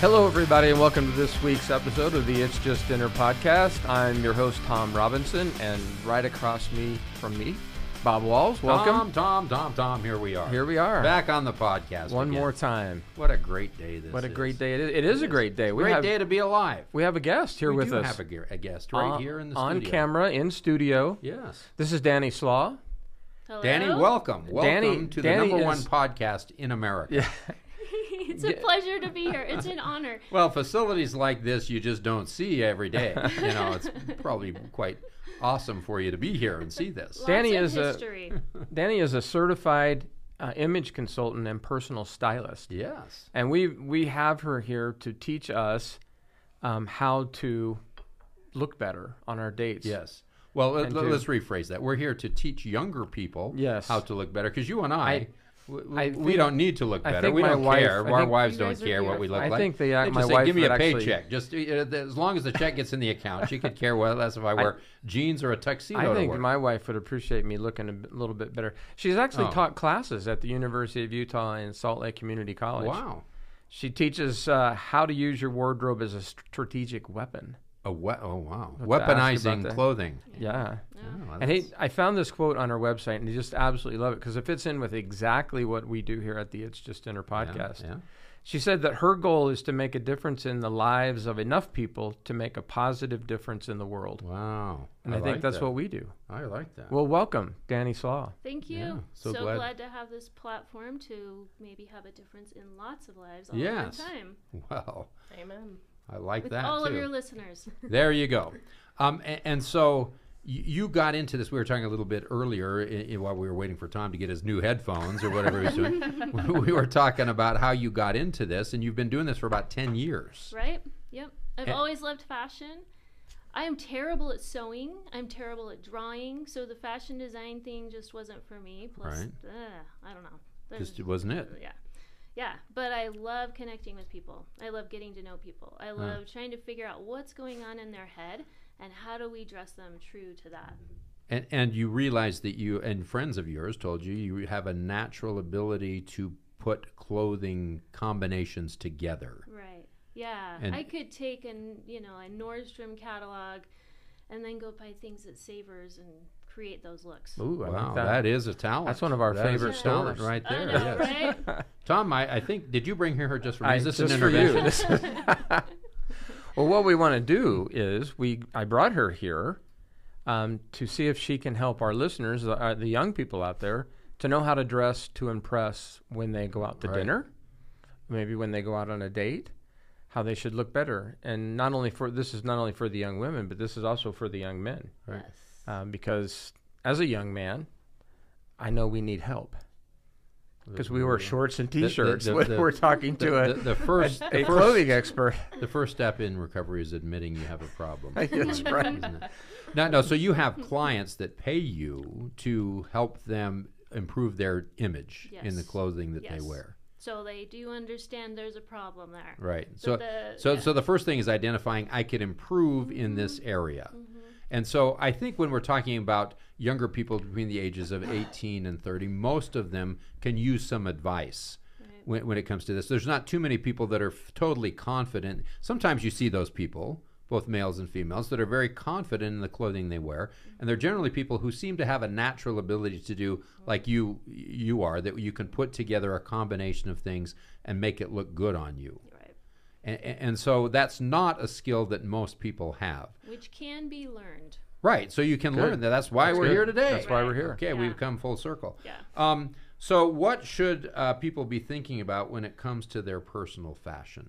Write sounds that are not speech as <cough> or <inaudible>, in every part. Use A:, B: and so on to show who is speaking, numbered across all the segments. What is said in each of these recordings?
A: Hello, everybody, and welcome to this week's episode of the It's Just Dinner podcast. I'm your host, Tom Robinson, and right across me from me, Bob Walls. Welcome.
B: Tom, Tom, Tom, Tom. Here we are.
A: Here we are.
B: Back on the podcast.
A: One
B: again.
A: more time.
B: What a great day this is.
A: What a great day it is. It is a great day. We
B: Great
A: have,
B: day to be alive.
A: We have a guest here
B: we
A: with
B: do
A: us.
B: have a, ge- a guest right
A: on,
B: here in the
A: on
B: studio.
A: camera, in studio.
B: Yes.
A: This is Danny
B: <laughs>
A: Slaw.
C: Hello?
B: Danny, welcome. Welcome
A: Danny-
B: to the
A: Danny
B: number one
A: is-
B: podcast in America.
C: <laughs> it's a pleasure to be here. It's
B: <laughs>
C: an honor.
B: Well, facilities like this you just don't see every day. you
A: <laughs>
B: know, it's probably quite awesome for you to be here and see this.
C: Lots
A: Danny
C: of
A: is a-
C: history.
A: Danny is a certified uh, image consultant and personal stylist.
B: Yes.
A: and we we have her here to teach us um, how to look better on our dates.
B: Yes. Well, let,
A: to-
B: us rephrase that. We're here to teach younger people
A: Yes.
B: how to look better because you and I, w- w-
A: I
B: we
A: think-
B: don't need to look
A: I
B: better.
A: think
B: we
A: my
B: don't
A: wife-
B: care.
A: I
B: Our
A: think-
B: wives
C: You
B: don't
C: guys are
B: care what we
C: beautiful.
B: look
A: I
B: like.
A: think the, uh,
B: They just
A: my
B: say,
A: wife
B: give me
A: would
B: a
A: actually-
B: paycheck. Just uh, as long as the check gets in the account, she could care whether that's
A: <laughs>
B: if I wear jeans or a tuxedo
A: I think
B: to work.
A: my wife would appreciate me looking a b- little bit better. She's actually
B: Oh.
A: taught classes at the University of Utah and Salt Lake Community College.
B: wow.
A: She teaches uh, how to use your wardrobe as a strategic weapon.
B: A we- oh wow.
A: to ask about
B: Weaponizing
A: that.
B: clothing.
A: Yeah.
B: Oh,
A: And
B: that's-
A: he, I found this quote on her website and I just absolutely love it because it fits in with exactly what we do here at the It's Just Dinner podcast.
B: yeah.
A: She said that her goal is to make a difference in the lives of enough people to make a positive difference in the world.
B: Wow.
A: And I, think
B: like
A: that's
B: that.
A: what we do.
B: I like that.
A: Well, welcome, Danny Slaw.
C: Thank you.
B: Yeah, so
C: so
B: glad-
C: glad. to have this platform to maybe have a difference in lots of lives all
B: Yes.
C: the time
B: <laughs> Well,
D: Amen.
B: I like
C: with
B: that
C: all
B: too.
C: of your listeners. <laughs>
B: There you go. Um, and, and so y- you got into this. We were talking a little bit earlier i i while we were waiting for Tom to get his new headphones or whatever he was doing. <laughs> we were talking about how you got into this, and you've been doing this for about 10 years.
C: Right? Yep. I've
B: And-
C: always loved fashion. I am terrible at sewing. I'm terrible at drawing. So the fashion design thing just wasn't for me. Plus,
B: Right.
C: ugh, I don't know. There's-
B: Just wasn't it?
C: Oh, yeah yeah but i love connecting with people i love getting to know people i love trying to figure out what's going on in their head and how do we dress them true to that
B: And, and you realized that you and friends of yours told you you have a natural ability to put clothing combinations together.
C: right yeah
B: And-
C: i could take an you know a nordstrom catalog and then go buy things at savers and create those looks
A: Ooh, I
B: Wow,
A: like that.
B: that is a talent.
A: That's one of our
B: That is a
A: favorite
B: talent
A: stores.
B: right
C: I
B: there.
C: know,
B: yes.
C: right?
B: Tom, I, I think did you bring her just for me?
A: I-
B: is this an
A: just for you.
B: intervention?
A: <laughs> This is- well, what we want to do is we I brought her here um, to see if she can help our listeners, the, uh, the young people out there, to know how to dress to impress when they go out to
B: Right.
A: dinner, maybe when they go out on a date, how they should look better, and not only for this is not only for the young women, but this is also for the young men,
B: <laughs> Right. Uh,
C: yes
A: um, because as a young man, I know we need help. Because we wear shorts and
B: the-
A: t-shirts
B: the-
A: when
B: the-
A: we're talking to a,
B: the, the first, the
A: a
B: first,
A: clothing expert. <laughs>
B: the first step in recovery is admitting you have a problem.
C: <laughs>
A: That's right.
B: isn't it? No, no. So you have clients that pay you to help them improve their image in the
C: Yes.
B: clothing that they
C: Yes.
B: wear.
C: so they do understand there's a problem there
B: Right. So,
C: But the-
B: so,
C: yeah. Mm-hmm.
B: so the first thing is identifying I could improve in this area. And so I think when we're talking about younger people between the ages of 18 and 30, most of them can use some advice when, when it comes to this. There's not too many people that are f- totally confident. Sometimes you see those people, both males and females, that are very confident in the clothing they wear,
C: Mm-hmm.
B: and they're generally people who seem to have a natural ability to do
C: Mm-hmm.
B: like you you are that you can put together a combination of things and make it look good on you.
C: right
B: And, and so that's not a skill that most people have.
C: which can be learned
B: Right. So you can learn that. That's why
A: That's
B: we're
A: good.
B: here today.
A: That's why we're here.
B: Okay,
C: Yeah.
B: we've come full circle.
C: Yeah.
B: Um, so what should uh, people be thinking about when it comes to their personal fashion?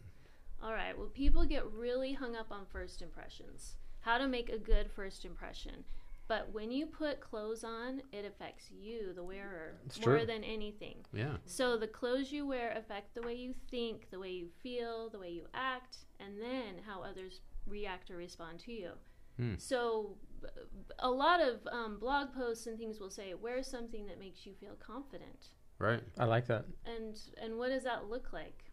C: All right. Well, people get really hung up on first impressions, how to make a good first impression. But when you put clothes on, it affects you, the wearer,
A: It's
C: more
A: true.
C: than anything.
B: Yeah.
C: So the clothes you wear affect the way you think, the way you feel, the way you act, and then how others react or respond to you.
A: Hmm.
C: So b- a lot of um, blog posts and things will say, wear something that makes you feel confident.
B: Right.
A: I like that.
C: And and what does that look like?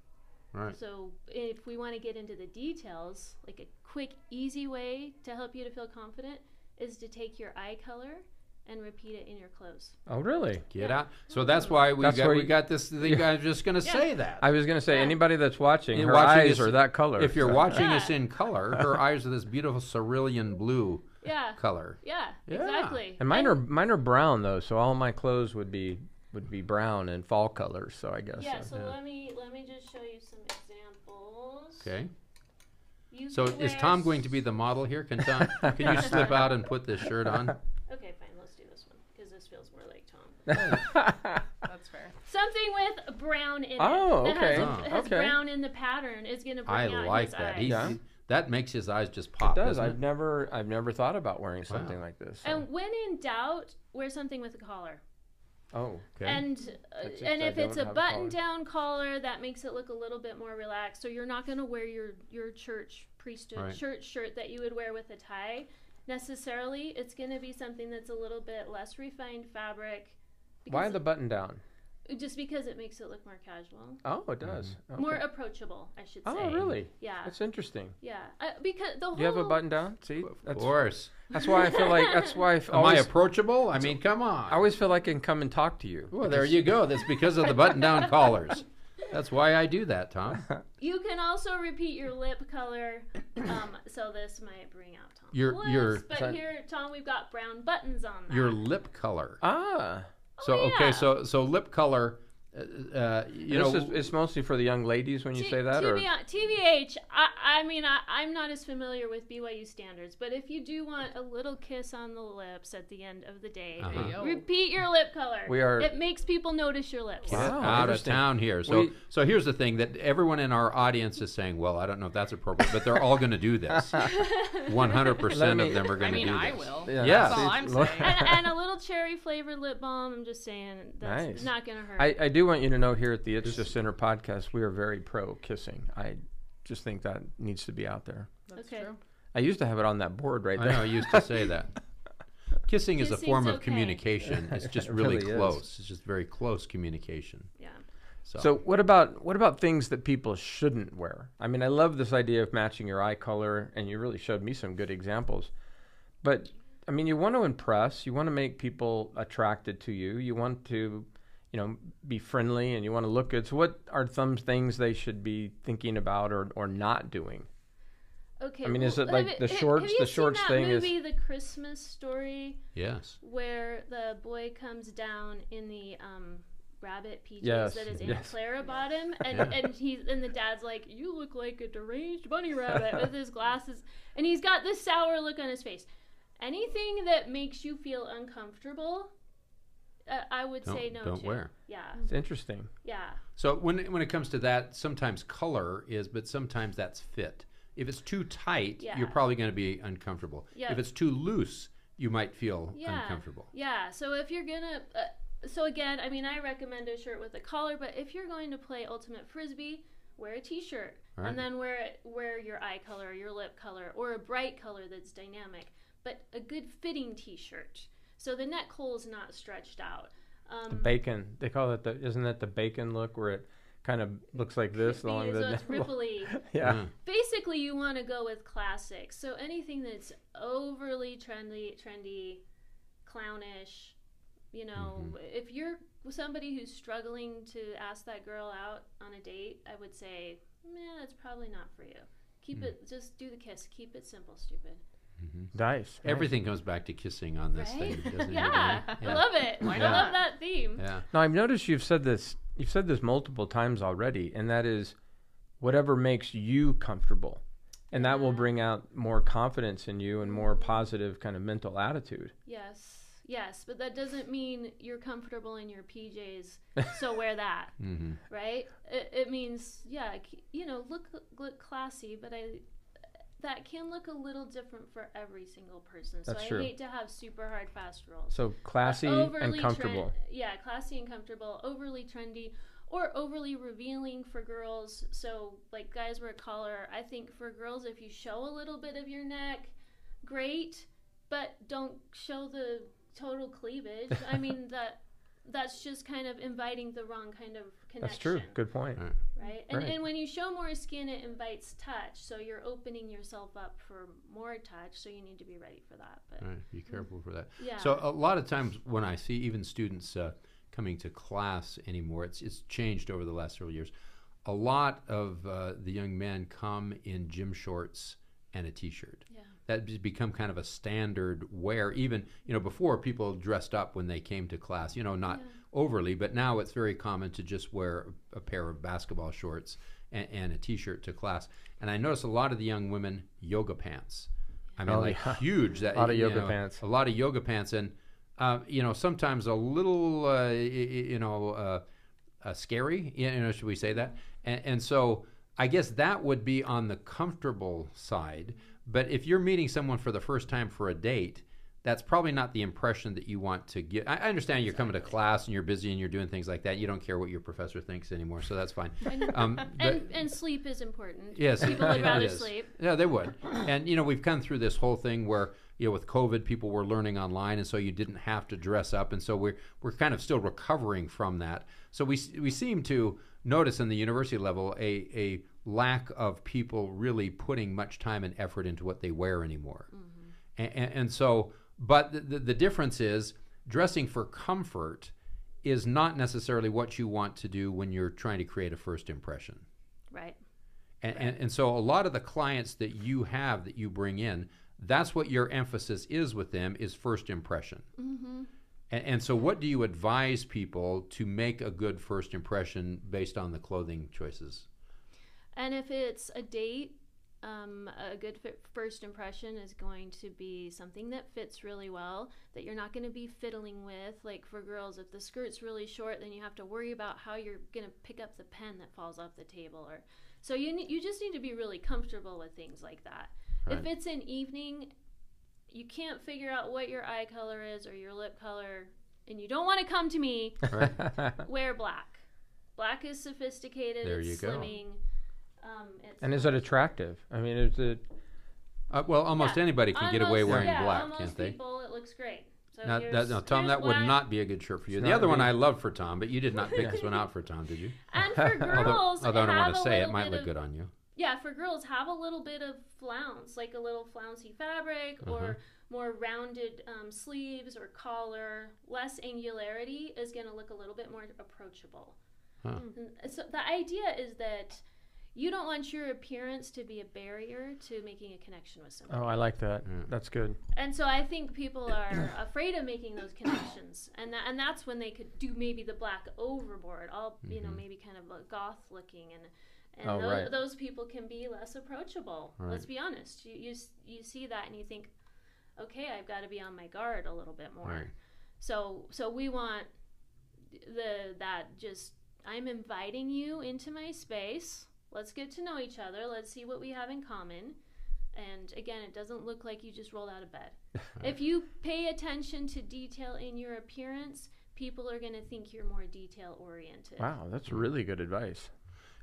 B: Right.
C: So, if we want to get into the details, like a quick, easy way to help you to feel confident is to take your eye color and repeat it in your clothes.
A: Oh, really?
B: Get
C: Yeah.
B: out. So that's why we
A: That's
B: got
A: where
B: we
A: you-
B: got this thing. I'm just going to
C: Yeah.
B: say that.
A: I was going to say
C: Yeah.
A: anybody that's watching,
B: You're
A: her
B: watching
A: eyes
B: this-
A: are that color.
B: if you're
A: so-
B: watching
C: Yeah.
B: us in color,
C: <laughs>
B: her eyes are this beautiful cerulean blue
C: Yeah.
B: color.
C: Yeah,
B: Yeah.
C: exactly.
A: And mine are mine are brown though, so all my clothes would be would be brown and fall colors. So I guess.
C: Yeah,
A: uh,
C: so let me let me just show you some examples.
B: Okay.
C: You
B: So
C: can
B: is
C: wear
B: Tom
C: s-
B: going to be the model here? Can Tom?
A: <laughs>
B: Can you slip out and put this shirt on?
C: Okay, fine. Let's do this one because this feels more like Tom.
A: <laughs>
D: That's fair.
C: Something with brown in
A: Oh,
C: it. that has,
A: okay.
B: Oh.
C: has
A: Okay.
C: brown in the pattern is going to bring
B: I
C: out
B: like
C: his
B: that.
C: eyes.
B: He-
A: Yeah.
B: he- That makes his eyes just pop.
A: does
B: doesn't
A: I've never I've never thought about wearing
B: Wow.
A: something like this. so-
C: And when in doubt, wear something with a collar.
A: oh,
B: Okay.
C: And uh,
A: Except
C: and
A: I
C: if it's
A: don't
C: a
A: have a collar.
C: button-down collar, that makes it look a little bit more relaxed. So you're not going to wear your your church priesthood
B: Right.
C: church shirt that you would wear with a tie necessarily. It's going to be something that's a little bit less refined fabric.
A: why
C: because-
A: the button down?
C: Just because it makes it look more casual,
A: Oh, it does. Okay.
C: more approachable, I should say.
A: oh, really?
C: Yeah,
A: That's interesting.
C: yeah. Uh, because the whole
A: Do you have a button down? See,
B: Of
A: that's,
B: course.
A: that's why I feel like that's <laughs> why I f-
B: Am I
A: always,
B: approachable? I mean, come on.
A: I always feel like I can come and talk to you. <laughs>
B: well, there you go. That's because of the button-down collars. That's why I do
A: <laughs>
B: that, Tom.
C: You can also repeat your lip color. <coughs> Um, so this might bring out Tom's
B: Your-
C: lips,
B: your-
C: but
A: Sorry.
C: here, Tom, we've got brown buttons on that.
B: Your lip color.
A: Ah,
B: So
C: Oh, yeah.
B: okay, so so lip color. uh, Uh, you
A: this
B: know,
A: is it's mostly for the young ladies when you
C: T-
A: say that, or
C: TBI TBH, I, I mean, I, I'm not as familiar with BYU standards, but if you do want a little kiss on the lips at the end of the day,
B: Uh-huh.
D: Hey, yo.
C: repeat your lip color.
A: We are-
C: It makes people notice your lips.
A: Wow.
B: out of
A: interesting.
B: town here. So
A: We-
B: so here's the thing that everyone in our audience is saying, well, I don't know if that's appropriate, but they're all going to do this.
A: <laughs>
B: 100%
A: Let
B: of
A: me-
B: them are
D: I
B: going to
D: mean,
B: do
D: I
B: this.
D: will.
A: Yeah.
D: That's all
B: Yeah.
D: I'm
A: Look-
B: <laughs>
C: <laughs>
D: saying. <laughs>
C: And, and a little cherry flavored lip balm. I'm just saying that's
A: Nice.
C: not gonna hurt.
A: I, I do want you to know here at the It's Just Center podcast, we are very pro kissing. I just think that needs to be out there.
D: That's
C: Okay.
D: true.
A: I used to have it on that board right
B: I
A: there.
B: know I used to say that.
C: <laughs>
B: Kissing is a
C: Kissing's
B: form of
C: okay.
B: communication.
C: <laughs>
B: It's just
A: It
B: really,
A: really is.
B: close. It's just very close communication.
C: yeah.
A: So what about what about things that people shouldn't wear? I mean, I love this idea of matching your eye color, and you really showed me some good examples. But I mean, you want to impress, you want to make people attracted to you, you want to, you know, be friendly, and you want to look good. So what are some things they should be thinking about or or not doing?
C: Okay.
A: I mean, is
C: well,
A: it like
C: have
A: the
C: have-
A: shorts-
C: Have
A: the
C: you
A: shorts
C: seen that
A: thing is-
C: movie, The Christmas Story,
B: Yes.
C: where the boy comes down in the um, rabbit PJs
A: Yes,
C: that his Aunt
A: yes.
C: Clara bought him, and
B: Yeah.
C: and he's and the dad's like, "You look like a deranged bunny rabbit with his glasses," and he's got this sour look on his face. Anything that makes you feel uncomfortable, uh, I would say
B: Don't,
C: no
B: don't
C: to.
B: wear.
C: Yeah,
A: It's interesting.
C: yeah.
B: So when when it comes to that, sometimes color is, but sometimes that's fit. If it's too tight,
C: Yeah.
B: you're probably going to be uncomfortable.
C: Yeah.
B: If it's too loose, you might feel
C: Yeah.
B: uncomfortable.
C: Yeah. So if you're gonna, uh, so again, I mean, I recommend a shirt with a collar, but if you're going to play ultimate frisbee, wear a t-shirt
B: Right.
C: and then wear it- wear your eye color, your lip color, or a bright color that's dynamic, but a good fitting t-shirt. So the neck hole's not stretched out.
A: The
C: Um,
A: bacon. They call that the isn't that the bacon look where it kind of looks like this
C: could be-
A: along the <laughs>
C: so it's ripply.
A: yeah.
B: Mm.
C: Basically, you want to go with classics. So anything that's overly trendy, trendy, clownish, you know,
B: Mm-hmm.
C: if you're somebody who's struggling to ask that girl out on a date, I would say, man, that's probably not for you. Keep
B: Mm.
C: it, just do the kiss. Keep it simple, stupid.
A: Nice.
B: Mm-hmm. Everything comes back to kissing on this
C: Right?
B: thing, doesn't
C: <laughs> Yeah,
B: it?
C: I love it.
D: Why
C: I love
D: not?
C: that theme.
B: Yeah.
A: Now I've noticed you've said this you've said this multiple times already, and that is whatever makes you comfortable. And that will bring out more confidence in you and more positive kind of mental attitude.
C: Yes, yes, but that doesn't mean you're comfortable in your PJs, so wear that.
B: Mm-hmm.
C: right? It, it means yeah, c- you know, look look classy, but I that can look a little different for every single person. So
A: That's
C: I
A: true.
C: hate to have super hard fast rules.
A: So classy and
C: tren-
A: comfortable.
C: yeah, classy and comfortable. Overly trendy or overly revealing for girls. So like guys wear a collar. I think for girls, if you show a little bit of your neck, great, but don't show the total cleavage.
A: <laughs>
C: I mean that that's just kind of inviting the wrong kind of connection.
A: That's true. Good point.
B: Right.
C: right? And,
A: Right.
C: and when you show more skin, it invites touch. So you're opening yourself up for more touch. So you need to be ready for that. But
A: Mm.
B: All right, be careful for that.
C: yeah,
B: So a lot of times when I see even students uh, coming to class anymore, it's it's changed over the last several years. A lot of uh, the young men come in gym shorts and a t-shirt.
C: Yeah.
B: That has become kind of a standard wear. Even you know before people dressed up when they came to class. You know not overly, but now it's very common to just wear a pair of basketball shorts and, and a t-shirt to class. And I notice a lot of the young women yoga pants. I mean,
A: Oh,
B: like
A: yeah.
B: huge. That
A: A lot of
B: you
A: yoga
B: know,
A: pants.
B: a lot of yoga pants, and uh, you know, sometimes a little, uh, y- y- you know, uh, uh, scary. You know, should we say that? And, and so, I guess that would be on the comfortable side. But if you're meeting someone for the first time for a date, that's probably not the impression that you want to get. I, I understand you're coming to class and you're busy and you're doing things like that. You don't care what your professor thinks anymore, so that's fine.
C: <laughs> and,
B: Um, but-
C: and, and sleep is important.
B: Yes,
C: people would
B: it
C: rather
B: is.
C: sleep.
B: Yeah, they would. And you know, we've come through this whole thing where you know, with COVID, people were learning online, and so you didn't have to dress up, and so we're we're kind of still recovering from that. So we we seem to notice in the university level a a lack of people really putting much time and effort into what they wear anymore.
C: Mm-hmm.
B: And, and, and so, but the, the, the difference is dressing for comfort is not necessarily what you want to do when you're trying to create a first impression.
C: Right.
B: And, and, and so a lot of the clients that you have that you bring in, that's what your emphasis is with them is first impression.
C: Mm-hmm.
B: And, and so what do you advise people to make a good first impression based on the clothing choices?
C: And if it's a date, um, a good fi- first impression is going to be something that fits really well, that you're not going to be fiddling with. Like for girls, if the skirt's really short, then you have to worry about how you're going to pick up the pen that falls off the table. Or so you ne- you just need to be really comfortable with things like that. If
B: Right.
C: it's an evening, you can't figure out what your eye color is or your lip color, and you don't want to come to me wear black. Black is sophisticated.
B: There
C: it's
B: you go.
C: slimming. Um,
A: <laughs>
C: it's
A: and is it attractive? I mean, is it
B: Uh, well, almost
C: Yeah.
B: anybody can get away
C: Almost-
B: wearing
C: yeah,
B: black,
C: almost
B: can't they?
C: people, it looks great. So
B: Now, that,
C: here's-
B: now, Tom,
C: here's
B: that would
C: one.
B: not be a good shirt for you.
A: It's
B: The
A: not
B: other one
A: me.
B: I love for Tom, but you did
C: <laughs>
B: not pick this one out for Tom, did you? <laughs>
C: And for
B: Although,
C: girls,
B: although I don't
C: have
B: want to
C: a
B: say it
C: little
B: might
C: bit
B: look
C: of-
B: good on you.
C: Yeah, for girls, have a little bit of flounce, like a little flouncy fabric, or more rounded um, sleeves or collar. Less angularity is going to look a little bit more approachable.
B: Huh.
C: And So the idea is that you don't want your appearance to be a barrier to making a connection with someone.
A: Oh, I like that.
B: Yeah.
A: That's good.
C: And so I think
A: <coughs>
C: people are afraid of making those connections, and that, and that's when they could do maybe the black overboard, all you know, maybe kind of a goth looking, and and
A: Mm-hmm. Oh,
C: those,
A: right.
C: those people can be less approachable. Let's be honest. You, you s- you see that and you think, okay, I've got to be on my guard a little bit more.
B: Right.
C: So so we want the that just I'm inviting you into my space. Let's get to know each other. Let's see what we have in common. And again, it doesn't look like you just rolled out of bed. If you pay attention to detail in your appearance, people are going to think you're more detail oriented.
A: Wow, that's really good <laughs> advice.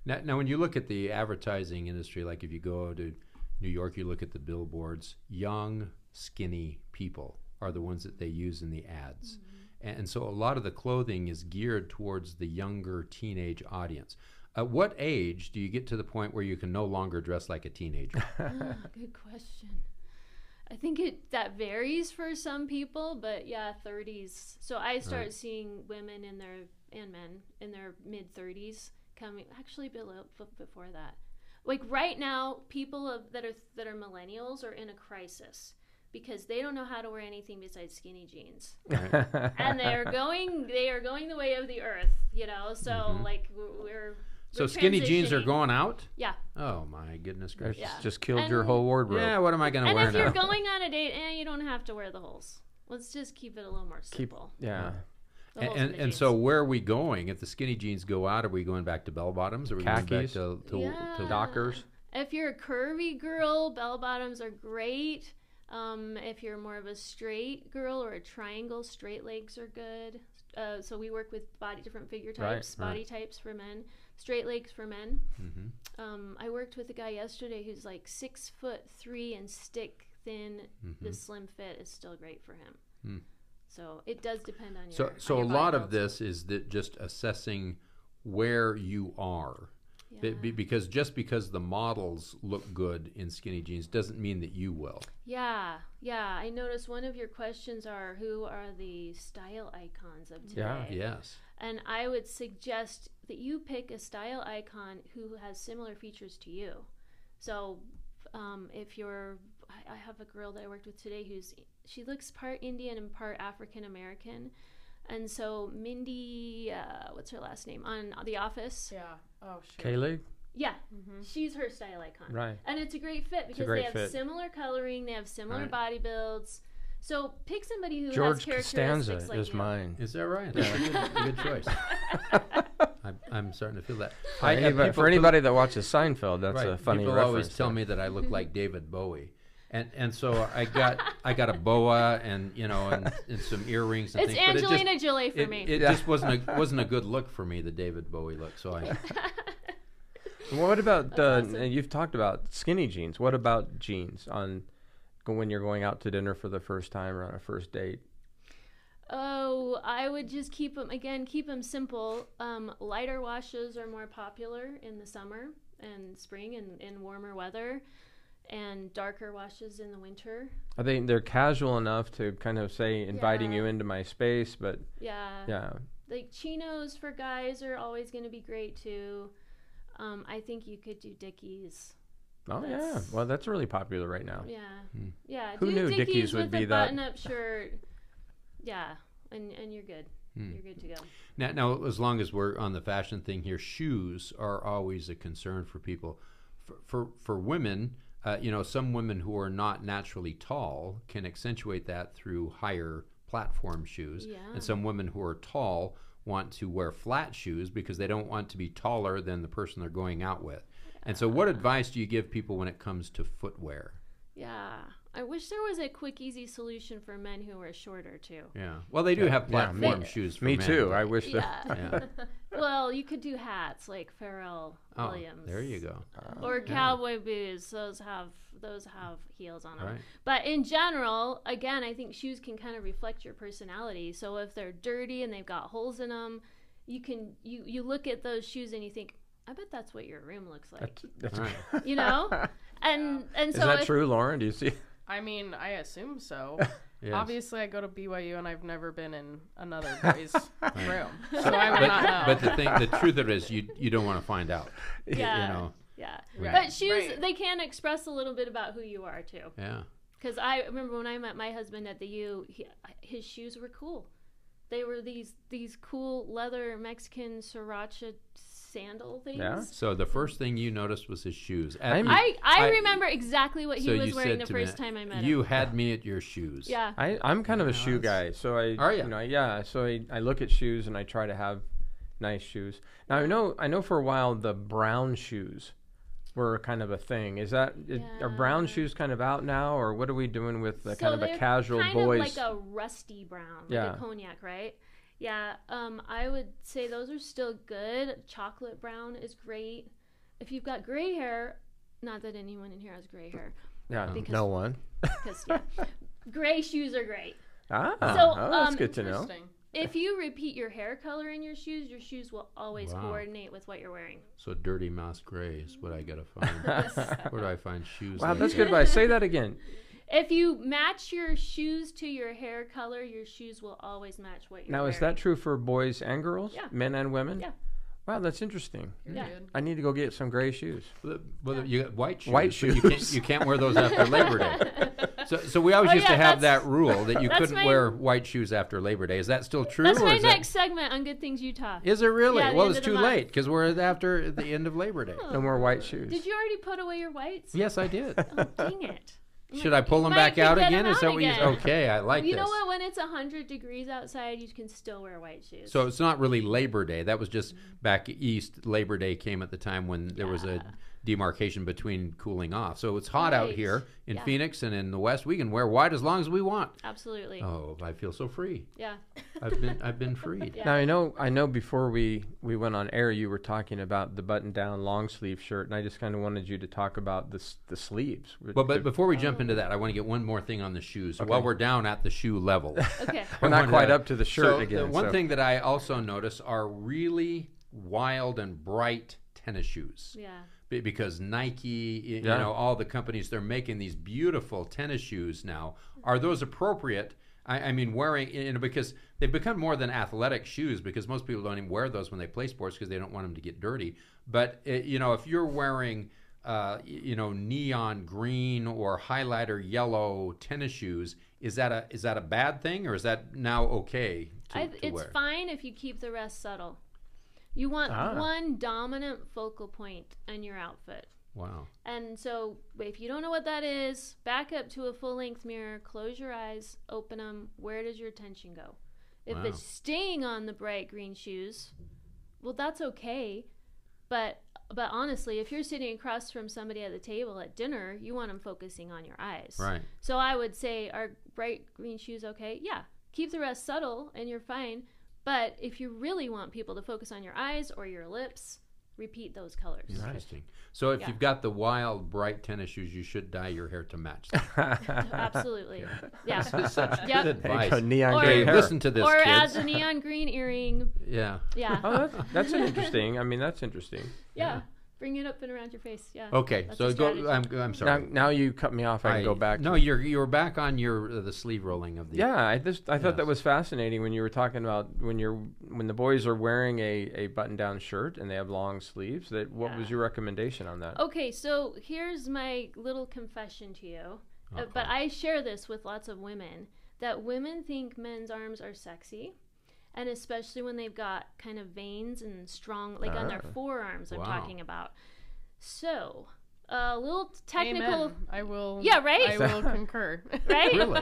B: Now, now, when you look at the advertising industry, like if you go to New York, you look at the billboards, young, skinny people are the ones that they use in the ads. And, and so a lot of the clothing is geared towards the younger teenage audience. At what age do you get to the point where you can no longer dress like a <laughs> teenager?
C: Ah, good question. I think it that varies for some people, but yeah, 30s. So I start seeing women in their and men in their mid 30s coming actually below b- before that. Like right now, people of, that are that are millennials are in a crisis because they don't know how to wear anything besides skinny jeans.
B: <laughs>
C: and they're going they are going the way of the earth, you know. So like we're, we're
B: Mm-hmm. so
C: we're
B: skinny jeans are
C: transitioning.
B: going out?
C: Yeah.
B: Oh my goodness
A: That's
B: gracious.
C: Yeah.
A: just killed
C: And-
A: your whole wardrobe.
B: Yeah, what am I going to
C: And
B: wear
C: if you're
B: now?
C: going on a date, eh, you don't have to wear the holes. Let's just keep it a little more
A: Keep
C: simple.
A: yeah.
C: The
B: and
C: holes in
B: and,
C: the
B: and
C: jeans.
B: so where are we going? If the skinny jeans go out, are we going back to bell bottoms? Are we going back
A: Khakis.
B: to, to, to
C: Yeah.
A: Dockers.
C: if you're a curvy girl, bell bottoms are great. Um, if you're more of a straight girl or a triangle, straight legs are good. Uh, so we work with body different figure
A: Right,
C: types, body types for men, straight legs for men.
A: Mm-hmm.
C: Um, I worked with a guy yesterday who's like six foot three and stick thin.
A: Mm-hmm.
B: Mm-hmm.
C: The slim fit is still great for him. So it does depend on your.
B: Hmm. So,
C: on
B: so a
C: your body
B: lot of
C: build.
B: this is that just assessing where you are Be- be- because just because the models look good in skinny jeans doesn't mean that you will.
C: Yeah, yeah. I noticed one of your questions are who are the style icons of today?
A: Yeah.
B: Yes.
C: And I would suggest that you pick a style icon who has similar features to you. So, um, if you're, I, I have a girl that I worked with today who's, she looks part Indian and part African American. And so, Mindy, uh, what's her last name? On The Office.
D: Yeah. Oh, shoot.
A: Kaylee,
C: Yeah,
D: Mhm.
C: she's her style icon.
A: right?
C: And it's a great fit because
A: great
C: they have
A: fit.
C: similar coloring, they have similar
A: Right.
C: body builds. So pick somebody who has
A: George
C: characteristics
A: Costanza
C: like
A: is
C: you.
A: mine.
B: Is that right? That's a good, a good choice. <laughs> I'm, I'm starting to feel that.
A: For,
B: I- and
A: anybody,
B: people-
A: for anybody that watches Seinfeld, that's
B: right,
A: a funny
B: people
A: reference.
B: always tell
A: there.
B: me that I look
C: <laughs>
B: like David Bowie. And, and so I got I got a boa and you know and, and some earrings and
C: It's
B: things. but it
C: Angelina
B: just,
C: Jolie for
B: it,
C: me.
B: it
A: Yeah.
B: just wasn't
A: <laughs>
B: a, wasn't a good look for me the David Bowie look. So
C: <laughs>
B: I
A: Well, What about uh,
C: That's awesome.
A: you've talked about skinny jeans? What about jeans on when you're going out to dinner for the first time or on a first date?
C: <laughs> oh, I would just keep them again. Keep them simple. Um, lighter washes are more popular in the summer and spring and in warmer weather, and darker washes in the winter.
A: I think they're casual enough to kind of say inviting
C: Yeah.
A: you into my space, but
C: Yeah,
A: yeah,
C: like chinos for guys are always going to be great too. Um, I think you could do Dickies.
A: oh yeah,
C: That's-
A: well that's really popular right now.
C: Yeah. Yeah.
A: Who
C: do
A: knew
C: Dickies,
A: Dickies would
C: with
A: be
C: a
A: that-
C: button up shirt. Yeah. And and you're good. You're good to go.
B: Now, now, as long as we're on the fashion thing here, shoes are always a concern for people. For for, for women, uh, you know, some women who are not naturally tall can accentuate that through higher platform shoes,
C: Yeah.
B: and some women who are tall want to wear flat shoes because they don't want to be taller than the person they're going out with. And so, what advice do you give people when it comes to footwear?
C: Yeah. I wish there was a quick easy solution for men who were shorter too.
B: Yeah, well, they do have
A: Yeah, me-
B: platform shoes. For
A: Me
B: men,
A: too.
B: but-
A: I wish that.
C: Yeah.
A: <laughs>
B: Yeah.
C: well, you could do hats like Pharrell
B: Oh,
C: Williams.
B: there you go.
C: Or cowboy boots. Those have those have heels on them.
B: Right.
C: But in general, again, I think shoes can kind of reflect your personality. So if they're dirty and they've got holes in them, you can you you look at those shoes and you think, I bet that's what your room looks like.
A: That's, that's,
C: <laughs>
B: All right.
C: you know, and and
A: Is
C: so
A: that
C: if,
A: true, <laughs> Lauren? Do you see?
D: I mean, I assume so.
B: <laughs> Yes.
D: Obviously, I go to BYU and I've never been in another
C: <laughs>
D: boy's room, so I would
B: but,
D: not know.
B: but the thing, the truth of it is, you you don't want to find out.
C: yeah,
B: You know.
C: yeah.
D: Right.
C: But shoes,
D: Right.
C: they can express a little bit about who you are too.
B: Yeah.
C: Because I remember when I met my husband at the U, he, his shoes were cool. They were these these cool leather Mexican sriracha sandal things.
A: Yeah.
B: So the first thing you noticed was his shoes. At-
A: I'm-
C: I, I
B: I-
C: remember exactly what he
B: so
C: was
B: you
C: wearing
B: said
C: the
B: to me,
C: first time I met him.
B: you had me at your shoes.
C: Yeah.
A: I, I'm kind of a
B: Yeah,
A: shoe guy,
B: that's-
A: so I
B: Are ya?
A: you know yeah, so I, I look at shoes and I try to have nice shoes. Now I know I know for a while the brown shoes were kind of a thing. Is that it- are brown
C: Yeah.
A: shoes kind of out now, or what are we doing with the
C: So
A: kind of a
C: they're
A: casual
C: kind
A: boys?
C: of like a rusty brown, like
A: Yeah.
C: a cognac, right? Yeah, um, I would say those are still good. Chocolate brown is great. If you've got gray hair, not that anyone in here has gray hair,
A: yeah,
C: because-
A: no one.
C: 'cause,
B: <laughs>
C: yeah, gray shoes are great.
A: Ah,
C: So,
A: oh, that's
C: um,
A: good to know.
D: Interesting.
C: If you repeat your hair color in your shoes, your shoes will always
B: Wow.
C: coordinate with what you're wearing.
B: So dirty mouse gray is what
A: <laughs>
B: I gotta find. Where do I find shoes?
A: Wow,
B: like
A: that's
B: that?
A: good advice. Say that again.
C: If you match your shoes to your hair color, your shoes will always match what you're
A: Now,
C: wearing.
A: is that true for boys and girls,
C: Yeah.
A: men and women?
C: Yeah.
A: Wow, that's interesting.
D: You're
C: Yeah.
D: good.
A: I need to go get some gray shoes.
B: Well, well, you got white shoes.
A: White
B: but You
A: shoes.
B: can't, you can't wear those after Labor
C: <laughs>
B: Day. So, so we always
C: Oh,
B: used to
C: yeah,
B: have
C: that's-
B: that rule that you
C: <laughs> that's
B: couldn't
C: my-
B: wear white shoes after Labor Day. Is that still true?
C: That's
B: or
C: my
B: is
C: next segment on Good Things Utah.
B: That, is it really?
C: Yeah, the
B: well,
C: end
B: it's
C: of the
B: too
C: month.
B: late because we're after the end of Labor
C: <laughs>
B: Day.
A: No more white shoes.
C: Oh. Did you already put away your whites?
B: Yes, I did.
C: Oh, dang it.
B: Should I pull them
C: might
B: back
C: could
B: out
C: get
B: again?
C: 'em
B: Is that
C: out
B: what you?
C: again.
B: Okay, I <laughs> like
C: you
B: this.
C: know what? When it's 100 degrees outside, you can still wear white shoes.
B: So it's not really Labor Day. That was just back east. Labor Day came at the time when there was a demarcation between cooling off. So it's hot out
C: Right.
B: here in
C: Yeah.
B: Phoenix and in the West. We can wear white as long as we want.
C: Absolutely.
B: Oh, I feel so free.
C: Yeah.
B: I've been I've been freed.
C: Yeah.
A: Now I know I know before we we went on air you were talking about the button down long sleeve shirt and I just kind of wanted you to talk about the s- the sleeves.
B: Well, but before we jump into that, I want to get one more thing on the shoes. So While we're down at the shoe <laughs> level,
C: Okay.
A: we're not
B: One,
A: quite
B: uh,
A: up to the shirt <laughs>
B: so
A: again.
B: The one
A: so-
B: thing that I also notice are really wild and bright tennis shoes
C: Yeah.
B: Be- because Nike, y-
A: Yeah.
B: you know, all the companies they're making these beautiful tennis shoes now. Are those appropriate? I, I mean, wearing you know because they've become more than athletic shoes because most people don't even wear those when they play sports because they don't want them to get dirty. But eh, you know, if you're wearing uh, y- you know neon green or highlighter yellow tennis shoes, is that a is that a bad thing or is that now okay to,
C: I,
B: to
C: it's
B: wear?
C: fine if you keep the rest subtle. You want
A: Ah.
C: one dominant focal point in your outfit.
B: Wow.
C: And so, if you don't know what that is, back up to a full length mirror, close your eyes, open them. Where does your attention go? If
B: Wow.
C: it's staying on the bright green shoes, well, that's okay. But but honestly, if you're sitting across from somebody at the table at dinner, you want them focusing on your eyes.
B: Right.
C: So I would say, are bright green shoes okay? Yeah. Keep the rest subtle and you're fine. But if you really want people to focus on your eyes or your lips, repeat those colors.
B: Interesting. So if
C: Yeah.
B: you've got the wild, bright tennis shoes, you should dye your hair to match. Them.
C: <laughs> Absolutely. Yeah.
B: Such
C: Yep.
B: good
A: There you
B: advice.
A: go, neon
C: Or-
B: Hey,
A: gray hair.
B: listen to this,
C: or
B: kids.
C: as a neon green earring.
B: yeah.
C: Yeah.
B: <laughs>
A: Oh, that's,
C: <laughs>
A: that's interesting. I mean, that's interesting.
C: yeah. Bring it up and around your face. Yeah.
B: Okay.
C: That's
B: so
C: a
B: go.
C: strategy.
B: I'm,
A: Now,
B: I'm sorry.
A: now you cut me off. I, can go back.
B: No,
A: to,
B: you're you're back on your uh, the sleeve rolling of the.
A: yeah. I just I thought that
B: Yes.
A: was fascinating when you were talking about when you're when the boys are wearing a, a button down shirt and they have long sleeves. That what was
C: Yeah. Oh,
A: your recommendation on that?
C: Okay, so here's my little confession to you. Uh, but I share this with lots of women that women think men's arms are sexy. And especially when they've got kind of veins and strong, like on their
A: Ah.
C: forearms, I'm
B: Wow.
C: talking about. So, a little technical.
D: Amen. I will.
C: Yeah, right?
D: I will concur.
C: <laughs>
B: <laughs>
C: Right?
B: Really.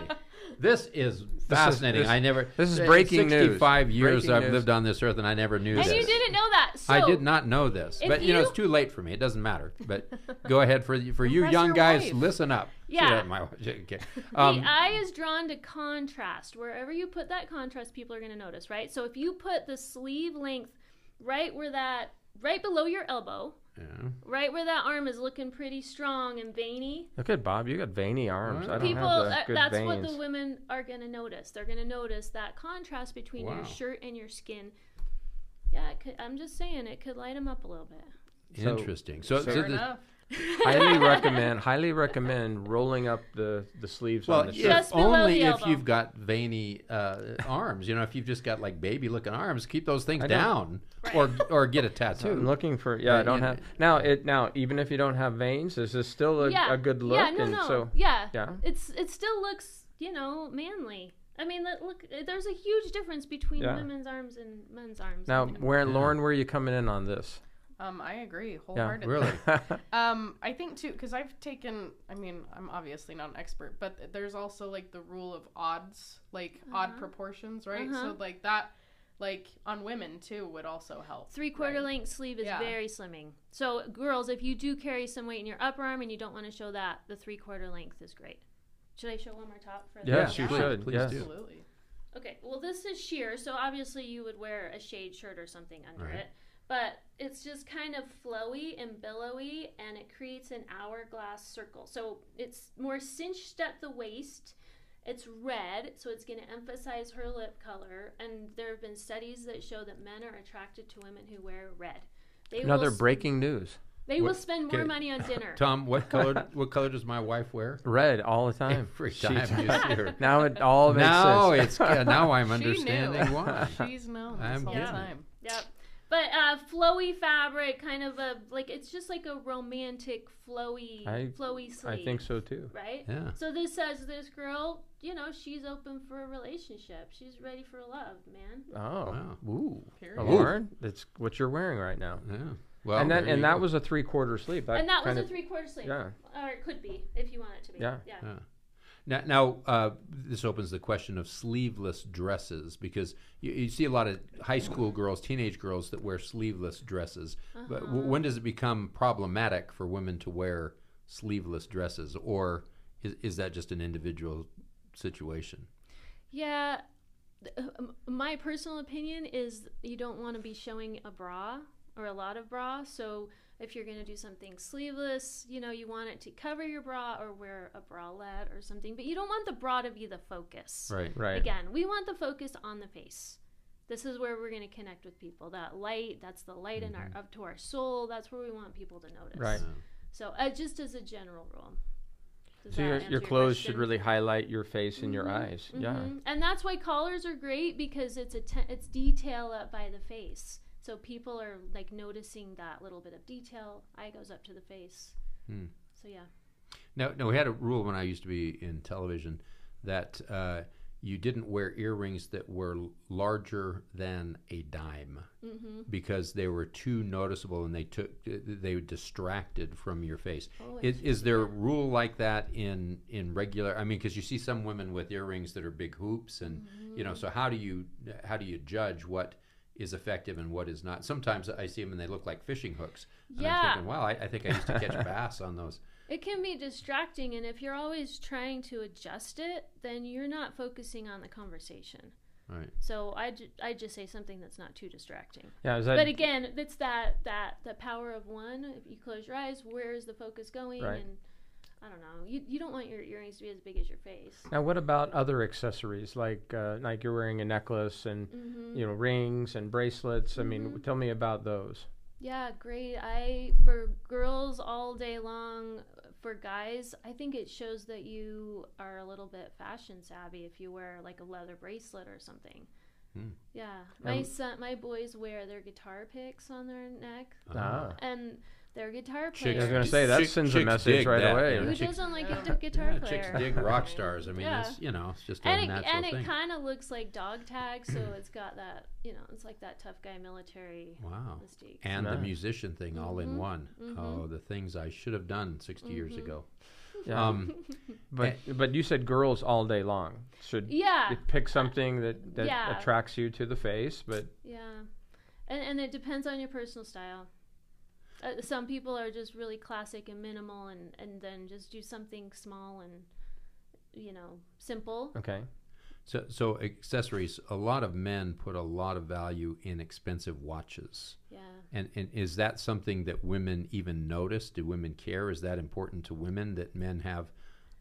B: This is fascinating.
A: this-
B: I never.
A: this is
B: uh,
A: breaking news.
B: 65 years
A: Breaking
B: I've
A: news.
B: lived on this earth, and I never knew
C: And
B: this.
C: you didn't know that. So,
B: I did not know this,
C: If
B: but you know
C: you-
B: it's too late for me. It doesn't matter. But
C: <laughs>
B: go ahead for for you
D: Impress
B: young
D: your
B: guys,
D: wife.
B: listen up.
C: Yeah.
B: my, <laughs> okay. Um,
C: the uh, eye is drawn to contrast. Wherever you put that contrast, people are going to notice, right? So if you put the sleeve length right where that, right below your elbow,
B: yeah.
C: right where that arm is looking pretty strong and veiny,
A: Look at Bob. You got veiny arms. I don't
C: people,
A: have the
C: that-
A: good
C: that's
A: veins.
C: what the women are going to notice. They're going to notice that contrast between
B: Wow.
C: your shirt and your skin. Yeah, it could, I'm just saying it could light them up a little bit.
A: So-
B: Interesting. So, so
D: Fair
B: the-
D: enough.
C: <laughs>
A: highly recommend. Highly recommend rolling up the the sleeves on
B: Well,
A: the
B: if
A: shirt.
C: Just below
B: only
C: the
B: if
C: elbow.
B: you've got veiny uh, arms. You know, if you've just got like baby looking arms, keep those things
A: I don't-
B: down, or or get
A: <laughs>
B: a tattoo.
A: I'm looking for yeah.
B: Yeah,
A: I don't
B: yeah.
A: have now. It now even if you don't have veins, this is still a,
C: yeah,
A: a good look.
C: Yeah, no,
A: and
C: no,
A: so
C: yeah,
A: yeah.
C: It's it still looks you know manly. I mean, that- look, there's a huge difference between
A: Yeah.
C: women's arms and men's arms.
A: Now,
C: And-
A: where
B: Yeah.
A: Lauren, where are you coming in on this?
D: Um, I agree wholeheartedly.
A: <laughs>
B: really.
D: Um, I think too, because I've taken. I mean, I'm obviously not an expert, but there's also like the rule of odds, like odd proportions, right?
C: Uh-huh.
D: So like that, like on women too, would also help.
C: Three quarter
D: right?
C: length sleeve is
D: Yeah.
C: very slimming. So, girls, if you do carry some weight in your upper arm and you don't want to show that, the three quarter length is great. Should I show one more top for the
A: Yes,
B: Yeah,
A: you
B: please,
A: should.
B: please
A: yes.
B: do.
D: Absolutely.
C: Okay, well, this is sheer, so obviously you would wear a shade shirt or something under
B: Right.
C: it. But it's just kind of flowy and billowy, and it creates an hourglass circle. So it's more cinched at the waist. It's red, so it's going to emphasize her lip color. And there have been studies that show that men are attracted to women who wear red. They will
A: Another
C: s-
A: breaking news.
C: They will
B: What-
C: spend more
B: okay.
C: money on
A: <laughs>
C: dinner.
B: Tom, what color? what color does my wife wear?
A: Red all the time.
B: Every
A: She-
B: time you see her.
A: <laughs> now it all makes
B: Now
A: sense.
B: it's yeah, now
A: <laughs>
B: I'm
D: She knew.
B: understanding why.
D: <laughs> She's known this
B: I'm
D: whole
B: getting it.
D: time.
C: Yep. But uh, flowy fabric, kind of a like it's just like a romantic flowy
A: I-
C: flowy sleeve.
A: I think so too.
C: Right.
B: Yeah.
C: So this says this girl, you know, she's open for a relationship. She's ready for love, man.
A: Oh,
B: Wow.
A: ooh,
D: Period.
A: Lauren, that's what you're wearing right now.
B: Yeah. Well,
A: and that
B: Oh, there you
A: and that
B: go.
A: was a three quarter sleeve. That
C: and that was
A: kind
C: a
A: of-
C: three quarter sleeve.
A: yeah.
C: Or it could be if you want it to be.
A: Yeah.
C: Yeah.
B: Yeah. Now, now uh, this opens the question of sleeveless dresses because you, you see a lot of high school girls, teenage girls that wear sleeveless dresses. But w- when does it become problematic for women to wear sleeveless dresses, or is, is that just an individual situation?
C: Yeah. th- uh, m- My personal opinion is you don't want to be showing a bra or a lot of bra. So if you're going to do something sleeveless, you know, you want it to cover your bra or wear a bralette or something, but you don't want the bra to be the focus.
B: Right.
A: right.
C: Again, we want the focus on the face. this is where we're going to connect with people. That light, that's the light in our up to our soul. That's where we want people to notice.
A: Mm-hmm. Right.
C: So uh, just as a general rule. Does
A: So
C: that
A: your,
C: answer
A: your clothes should
C: question?
A: really highlight your face and your
C: Mhm.
A: eyes. Yeah.
C: Mhm. And that's why collars are great because it's a te- it's detail up by the face. So people are like noticing that little bit of detail. Eye goes up to the face.
B: Hmm.
C: So yeah.
B: No, no, we had a rule when I used to be in television that uh, you didn't wear earrings that were l- larger than a dime
C: Mm-hmm.
B: because they were too noticeable and they took they distracted from your face.
C: Oh, I
B: Is,
C: see.
B: is there a
C: Yeah.
B: rule like that in in regular? I mean, because you see some women with earrings that are big hoops, and you
C: Mm-hmm.
B: know. So how do you how do you judge what is effective and what is not? Sometimes I see them and they look like fishing hooks. And I'm
C: Yeah.
B: thinking, wow, I, I think I used to
C: <laughs>
B: catch bass on those.
C: It can be distracting, and if you're always trying to adjust it, then you're not focusing on the conversation.
B: Right.
C: So I, ju- I just say something that's not too distracting.
A: Yeah. Is that,
C: But again, it's that that the power of one. If you close your eyes, where is the focus going?
A: Right.
C: And I don't know. You you don't want your earrings to be as big as your face.
A: now, what about other accessories like uh, like you're wearing a necklace and
C: hmm
A: you know rings and bracelets? I
C: Mm-hmm.
A: mean, tell me about those.
C: Yeah, great. I for girls all day long. For guys, I think it shows that you are a little bit fashion savvy if you wear like a leather bracelet or something.
B: Hmm.
C: Yeah, my
A: Um,
C: son, my boys wear their guitar picks on their neck,
A: Ah.
C: and their guitar
B: Uh-huh.
A: I
B: Chicks-
A: was
C: player.
A: gonna say, that
B: chick-
A: sends a
B: chicks
A: message
B: dig
A: right
B: that,
A: away.
B: you know,
C: Who
B: chicks-
C: doesn't like
D: Yeah.
C: a d- guitar
B: yeah,
C: player?
B: chicks dig rock stars. I mean,
C: Yeah.
B: that's you know, it's just a
C: <laughs> And it,
B: natural
C: and it
B: thing. Hmm.
C: kind of looks like dog tag, so it's got that you know, it's like that tough guy military
B: wow.
C: mystique.
B: And the
A: Nice.
B: musician thing all in
C: Mhm,
B: one.
C: mhm.
B: Oh, the things I should have done 60 years
C: Mm-hmm.
B: ago.
A: Yeah.
B: Um,
A: but but you said girls all day long should
C: yeah,
A: you pick something that that
C: Yeah.
A: attracts you to the face, but
C: yeah, and and it depends on your personal style. Uh, some people are just really classic and minimal, and and then just do something small and you know simple.
A: okay.
B: so, so accessories. A lot of men put a lot of value in expensive watches.
C: Yeah.
B: And, and is that something that women even notice? Do women care? Is that important to women that men have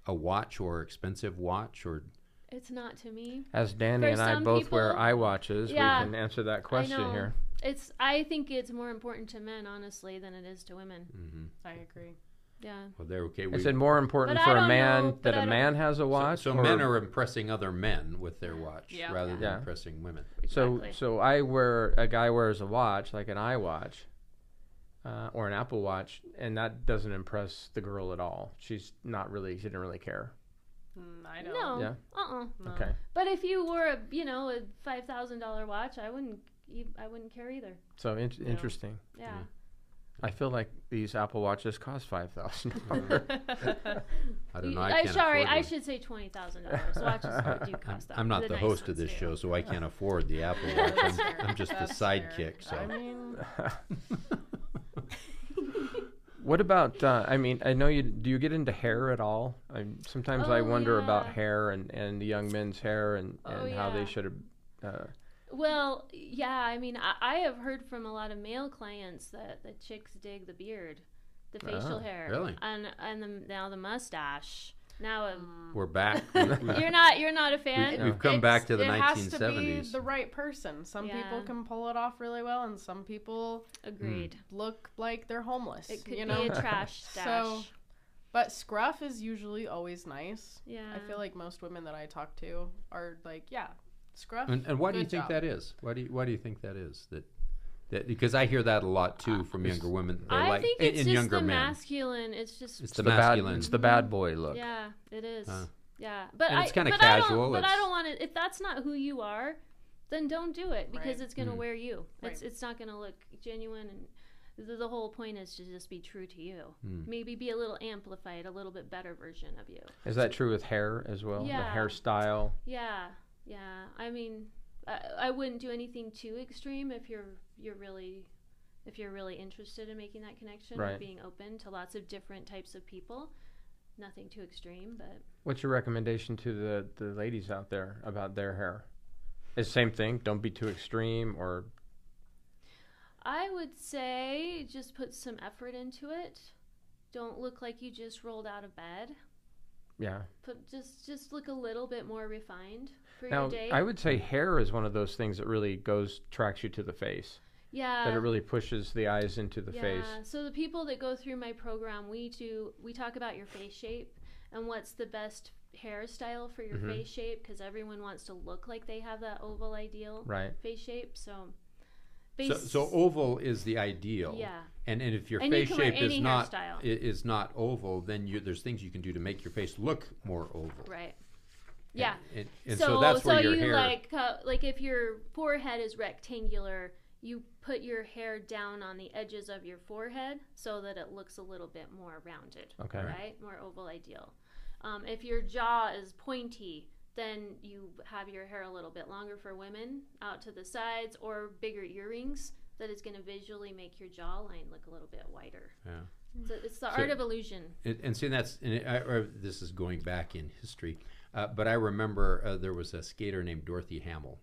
B: a watch or expensive watch or
C: It's not to me.
A: As Danny
C: For
A: and I
C: some
A: both wear
C: people-
A: iWatches,
C: Yeah.
A: we can answer that question
C: I know.
A: here.
C: It's I think it's more important to men honestly than it is to women.
D: I agree.
C: Yeah.
B: well, they're okay.
A: Mm-hmm. Is
B: We,
A: it more important
C: But I
A: for a
C: don't
A: man
C: know, but
A: that
C: I
A: a
C: don't-
A: man has a
B: so,
A: watch?
B: so
A: or-
B: men are impressing other men with their watch
D: Yeah.
B: rather than
A: Yeah.
B: impressing women.
A: so
C: Exactly.
A: so I wear a guy wears a watch like an iWatch uh, or an Apple Watch, and that doesn't impress the girl at all. She's not really she didn't really care.
D: Mm, I don't.
C: No.
A: Yeah.
C: Uh-uh.
D: No.
A: Okay.
C: But if you wore a, you know, a five thousand dollar watch, I wouldn't, e- I wouldn't care either.
A: So in-
D: No.
A: interesting.
C: Yeah.
A: I feel like these Apple Watches cost five thousand
B: <laughs>
A: <laughs>
C: <laughs>
A: dollars.
B: I don't know.
C: You-
B: I can't
C: uh, sorry,
B: afford
C: I
B: one.
C: should say twenty thousand dollars. Watches
B: <laughs> I'm,
C: do cost that.
B: I'm not the,
C: nice
B: host of
C: ones
B: this
C: do.
B: show, so I
C: <laughs>
B: can't afford the Apple
D: Yeah,
B: Watch.
D: that's
B: I'm,
D: fair.
B: I'm just the
D: That's fair.
B: sidekick. So
D: I mean,
A: <laughs> What about? Uh, I mean, I know you. Do you get into hair at all? I sometimes I
C: Oh,
A: wonder about
C: yeah.
A: hair and and the young men's hair and
C: Oh,
A: and how
C: yeah.
A: they should. Uh,
C: Well, yeah, I mean, I, I have heard from a lot of male clients that the chicks dig the beard, the facial
A: Oh,
C: hair,
B: Ah, really?
C: and and the, now the mustache. Now uh,
D: <laughs>
B: we're
C: <laughs>
B: back.
C: you're not you're not a fan.
B: We've come back to the
D: it has to be
B: 1970s.
D: the right person. Some
C: Yeah.
D: people can pull it off really well, and some people
C: Agreed.
B: hmm.
D: look like they're homeless.
C: It could
D: you
B: <laughs>
C: be
D: know.
C: a trash stash.
D: <laughs> So- but scruff is usually always nice.
C: yeah.
D: I feel like most women that I talk to are like, yeah, scruff.
B: And, and why do you
D: good
B: think
D: job.
B: that is? Why do you, why do you think that is? That that because I hear that a lot too from younger women. They
C: I
B: like
C: think
B: and,
C: it's
B: and
C: just
B: younger
C: the
B: men.
C: masculine. It's just
B: it's the,
A: the bad,
B: masculine.
A: it's the bad boy look.
C: yeah, it is.
B: Huh.
C: Yeah, but
B: And it's
C: I-
B: kinda
C: but I
B: casual,
C: don't, but I
B: it's-
C: don't want to. If that's not who you are, then don't do it because
D: Right.
C: it's going to
B: Mm.
C: wear you. It's
D: Right.
C: it's not going to look genuine, and the, the whole point is to just be true to you.
B: Mm.
C: Maybe be a little amplified, a little bit better version of you.
A: Is that true with hair as well?
C: Yeah.
A: The hairstyle.
C: Yeah, yeah. I mean, I, I wouldn't do anything too extreme if you're you're really if you're really interested in making that connection
A: Right.
C: and being open to lots of different types of people. Nothing too extreme, but
A: What's your recommendation to the the ladies out there about their hair? It's same thing. Don't be too extreme or
C: I would say just put some effort into it. Don't look like you just rolled out of bed.
A: yeah.
C: Put, just just look a little bit more refined for
A: Now
C: your day.
A: I would say hair is one of those things that really goes tracks you to the face.
C: yeah.
A: that it really pushes the eyes into the
C: Uh, yeah.
A: face.
C: So the people that go through my program, we do we talk about your face shape and what's the best hairstyle for your
A: Mhm.
C: face shape because everyone wants to look like they have that oval ideal
A: Right.
C: face shape. So
B: So, so oval is the ideal.
C: Yeah.
B: And, and if your
C: And you
B: face
C: can wear
B: shape is
C: any
B: not
C: hairstyle.
B: i- is not oval, then you, there's things you can do to make your face look more oval.
C: right. Yeah.
B: And, and, and so, that's
C: so
B: where your
C: you
B: hair.
C: like uh, like if your forehead is rectangular, you put your hair down on the edges of your forehead so that it looks a little bit more rounded.
A: Okay.
C: Right. More oval ideal. Um, if your jaw is pointy, then you have your hair a little bit longer for women, out to the sides, or bigger earrings. That is going to visually make your jawline look a little bit wider.
B: Yeah.
C: So it's the
B: So-
C: art of illusion.
B: And, and see, that's and I, or this is going back in history, uh, but I remember uh, there was a skater named Dorothy Hamill,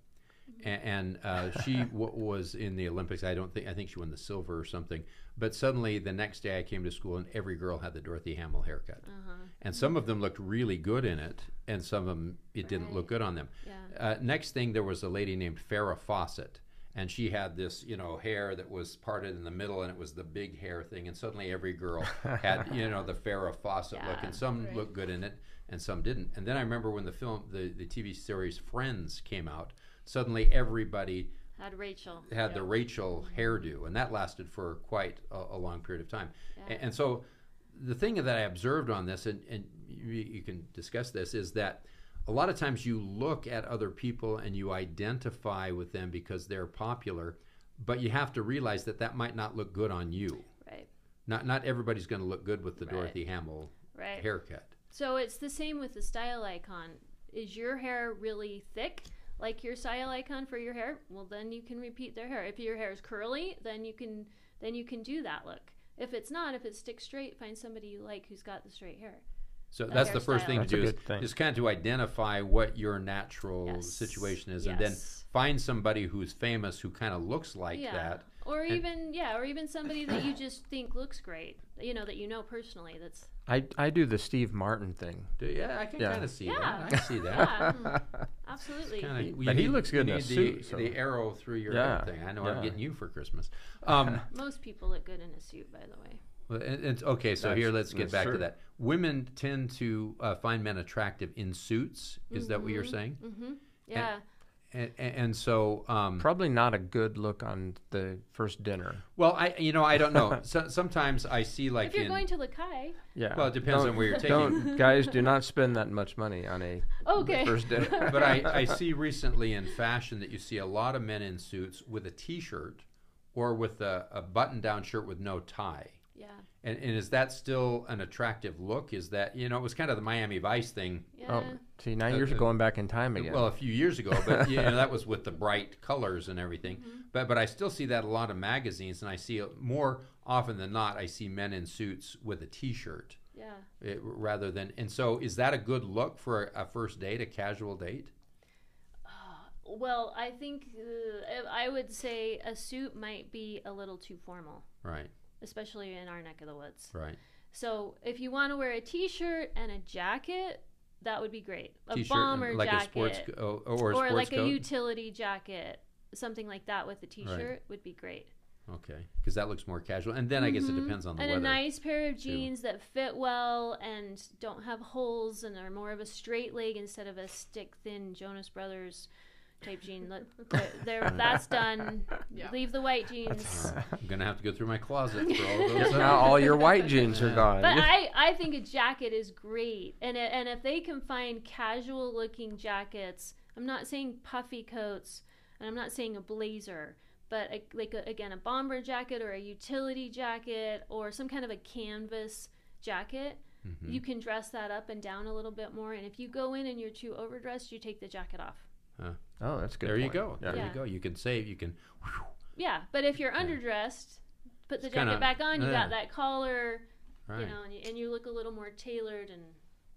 B: and, and uh, she w- was in the Olympics. I don't think I think she won the silver or something. But suddenly, the next day, I came to school and every girl had the Dorothy Hamill haircut,
C: Uh-huh.
B: and some of them looked really good in it, and some of them it didn't look good on them.
C: Yeah.
B: Uh, next thing, there was a lady named Farrah Fawcett. And she had this, you know, hair that was parted in the middle, and it was the big hair thing. And suddenly, every girl
C: <laughs>
B: had, you know, the Farrah Fawcett look,
C: Yeah,
B: and some
D: right.
B: looked good in it, and some didn't. And then I remember when the film, the, the TV series Friends came out. Suddenly, everybody
C: Had Rachel.
B: had the Rachel hairdo, and that lasted for quite a, a long period of time. A- And, so, the thing that I observed on this, and, and you, you can discuss this, is that a lot of times you look at other people and you identify with them because they're popular, but you have to realize that that might not look good on you.
C: Right.
B: Not not everybody's going to look good with the
C: Right.
B: Dorothy Hamill
C: Right.
B: haircut.
C: So it's the same with the style icon. Is your hair really thick, like your style icon for your hair? Well, then you can repeat their hair. If your hair is curly, then you can then you can do that look. If it's not, if it's stick straight, find somebody you like who's got the straight hair.
B: So
C: A
B: that's the first
C: hairstyle.
B: thing
A: That's
B: to
A: a
B: do is,
A: good thing.
B: is kind of to identify what your natural
C: Yes.
B: situation is, and then
C: Yes.
B: find somebody who's famous who kind of looks like
C: yeah.
B: that.
C: Or
B: And-
C: even yeah, or even somebody that you just think looks great. You know that you know personally.
B: <laughs>
C: That's
A: I, I do the Steve Martin thing.
B: Do- Yeah, I can
A: Yeah.
B: kind of see
C: Yeah.
B: that. I see that.
C: yeah, hmm,
B: <laughs>
C: absolutely.
B: Kinda-
A: He-
B: we
A: but he
B: need-
A: looks good
B: we
A: in a
B: need The,
A: suit, so-
B: the arrow through your
A: Yeah,
B: head thing. I know
A: yeah.
B: I'm getting you for
A: <laughs>
B: Christmas. Um,
C: Most people look good in a suit, by the way.
B: well, and, and- okay, so
A: That's-
B: here let's get
A: that's
B: back
A: true.
B: to that. Women tend to uh, find men attractive in suits. Is that what you're
C: Mm-hmm.
B: saying?
C: Yeah.
B: And, and, and so, um,
A: Probably not a good look on the first dinner.
B: well, I you know I don't
A: <laughs>
B: know. so, sometimes I see like
C: if you're
B: in,
C: going to Lakai,
A: Yeah.
B: Well, it depends
A: Don't-
B: on where you're taking.
A: Don't guys do not spend that much money on a
C: Oh, okay.
A: first dinner.
B: but I, I see recently in fashion that you see a lot of men in suits with a t-shirt or with a, a button-down shirt with no tie.
C: <laughs> yeah.
B: And, and is that still an attractive look? Is that you know it was kind of the Miami Vice thing,
C: Yeah.
A: oh, see now you're
B: Uh, uh,
A: going back in time again.
B: well a few years ago, but you know that was with the bright colors and everything. But but I still see that a lot of magazines, and I see it more often than not. I see men in suits with a t-shirt
C: yeah.
B: eh, rather than. And so is that a good look for a, a first date, a casual date?
C: Well, I think uh, I I would say a suit might be a little too formal,
B: Right,
C: especially in our neck of the woods.
B: right.
C: So, if you want to wear a t-shirt and a jacket, that would be great. A
B: t-shirt,
C: bomber
B: like
C: jacket
B: a sports co- or, or a
C: or
B: sports
C: like
B: coat.
C: a utility jacket, something like that with a t-shirt would be great.
B: okay, because that looks more casual. And then I guess it
C: Mhm.
B: depends on the
C: and
B: weather.
C: a nice pair of jeans that fit well and don't have holes and are more of a straight leg instead of a stick thin Jonas Brothers type jean. Look, they're-
B: <laughs>
C: they're- that's done.
D: Yeah.
C: Leave the white jeans.
B: I'm gonna have to go through my closet for all those.
A: now all your white jeans are
B: Yeah.
A: gone.
C: But I, I think a jacket is great, and it, and if they can find casual looking jackets, I'm not saying puffy coats, and I'm not saying a blazer, but a, like a, again a bomber jacket or a utility jacket or some kind of a canvas jacket,
B: Mm-hmm.
A: Mm-hmm.
C: you can dress that up and down a little bit more. And if you go in and you're too overdressed, you take the jacket off.
A: oh, that's a good.
B: there you
A: point.
B: go.
A: Yeah.
B: There
C: Yeah.
B: you go. You can save. You can.
C: Yeah, but if you're underdressed, put the
B: It's
C: jacket
B: kinda-
C: back on. You
B: yeah.
C: got that collar,
B: Right.
C: you know, and you, and you look a little more tailored and.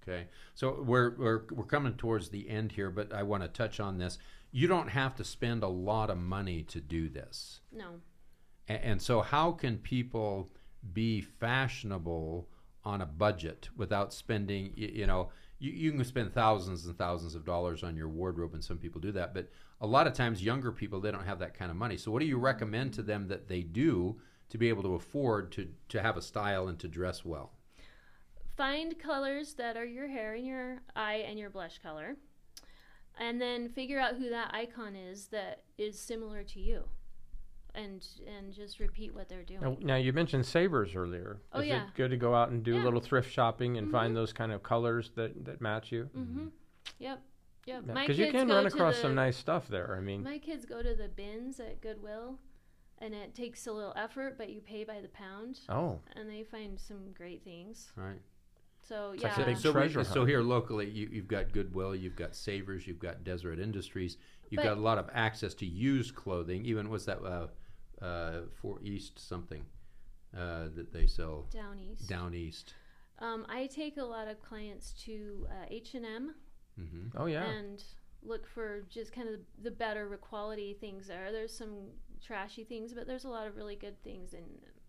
B: Okay. So we're we're we're coming towards the end here, but I want to touch on this. You don't have to spend a lot of money to do this,
C: No.
B: A- and, so how can people be fashionable on a budget without spending? y- You know, you, you can spend thousands and thousands of dollars on your wardrobe, and some people do that. But a lot of times, younger people they don't have that kind of money. So, what do you recommend to them that they do to be able to afford to to have a style and to dress well?
C: Find colors that are your hair and your eye and your blush color, and then figure out who that icon is that is similar to you, and and just repeat what they're doing.
A: Now, now you mentioned savers earlier.
C: Oh,
A: Is
C: yeah.
A: it good to go out and do a
C: Yeah.
A: little thrift shopping and find those kind of colors that, that match you?
C: Mm-hmm. Yep. Yep. My
A: Because you
C: kids
A: can
C: go
A: run
C: to
A: across
C: the-
A: some nice stuff there. I mean,
C: My kids go to the bins at Goodwill, and it takes a little effort, but you pay by the pound,
A: oh,
C: and they find some great things.
B: All right.
C: So yeah,
A: like a big
B: so, we-
A: treasure
B: so
A: hunt.
B: here locally, you, you've got Goodwill, you've got Savers, you've got Deseret Industries, you've
C: But-
B: got a lot of access to used clothing. Even what's that uh, uh, for East something uh, that they sell
C: down east.
B: down east.
C: Um, I take a lot of clients to uh, H and M
B: hmm
A: oh yeah.
C: and look for just kind of the better quality things there. There's some trashy things, but there's a lot of really good things, and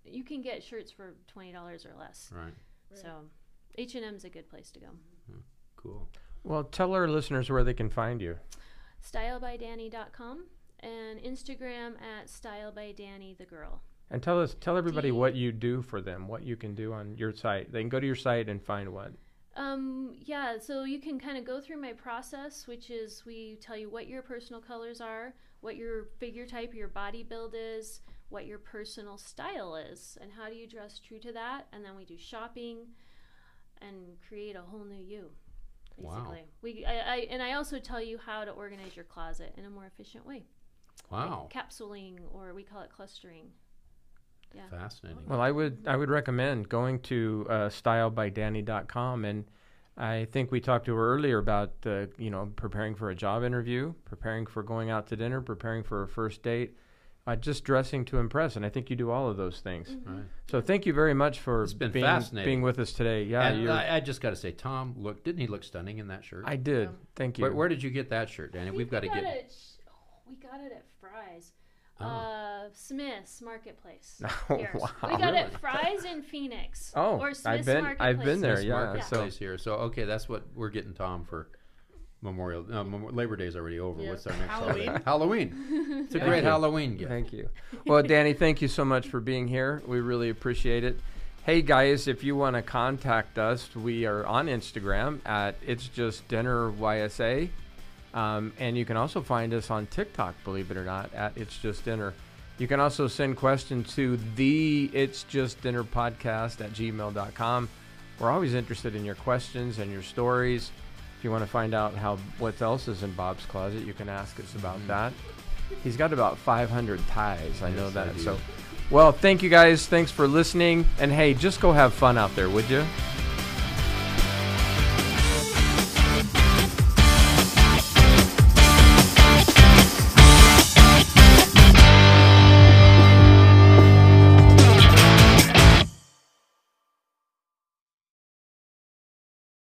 C: you can get shirts for twenty dollars or less.
B: Right.
D: Right.
C: So H and M's a good place to go.
B: Cool.
A: Well, tell our listeners where they can find you.
C: stylebydanny.com and Instagram at stylebydanny the girl.
A: And tell us, tell everybody
C: you-
A: what you do for them, what you can do on your site. They can go to your site and find what.
C: Um, yeah, so you can kind of go through my process, which is we tell you what your personal colors are, what your figure type, your body build is, what your personal style is, and how do you dress true to that. And then we do shopping and create a whole new you. Basically,
B: Wow.
C: we I, I and I also tell you how to organize your closet in a more efficient way, like
B: Wow.
C: capsuling or we call it clustering. yeah.
B: Fascinating.
A: Well, I would I would recommend going to uh, stylebydanny.com, and I think we talked to her earlier about uh, you know preparing for a job interview, preparing for going out to dinner, preparing for a first date, uh, just dressing to impress, and I think you do all of those things.
B: Right.
A: So thank you very much for
B: Mm-hmm. It's been
A: being
B: fascinating.
A: being with us today. Yeah,
B: and
A: you
B: I, I just got to say, Tom, look, didn't he look stunning in that shirt?
A: I did.
D: Um,
A: Thank you.
B: where, where did you get that shirt, Danny?
C: think
B: We've got to
C: we
B: get it.
C: it. sh- oh, we got it at Fry's.
B: Oh.
C: Uh,
A: <laughs>
C: Smith's Marketplace.
A: Oh,
C: here.
A: wow.
C: We got
B: Really?
C: it at Fry's in Phoenix.
A: Oh,
C: or
A: I've
C: Smith's
A: been- I've
C: Marketplace.
A: been there,
B: This
A: yeah,
B: marketplace here. So okay, that's what we're getting Tom for Memorial. No, Memo- Labor Day's already over.
D: Yeah.
B: What's our next
D: Halloween.
B: holiday?
A: <laughs>
B: Halloween. It's a great
A: you.
B: Halloween gift.
A: Thank you. Well, Danny, thank you so much for being here. We really appreciate it. Hey guys, if you want to contact us, we are on Instagram at it's just dinner YSA, um, and you can also find us on TikTok. Believe it or not, at it's just dinner. You can also send questions to the it's just dinner podcast at gmail.com. We're always interested in your questions and your stories. If you want to find out how what else is in Bob's closet, you can ask us about
B: Mm-hmm.
A: that. He's got about 500 ties. I know
B: Yes, I
A: that.
B: do.
A: so, well, thank you guys. Thanks for listening. And hey, just go have fun out there, would you?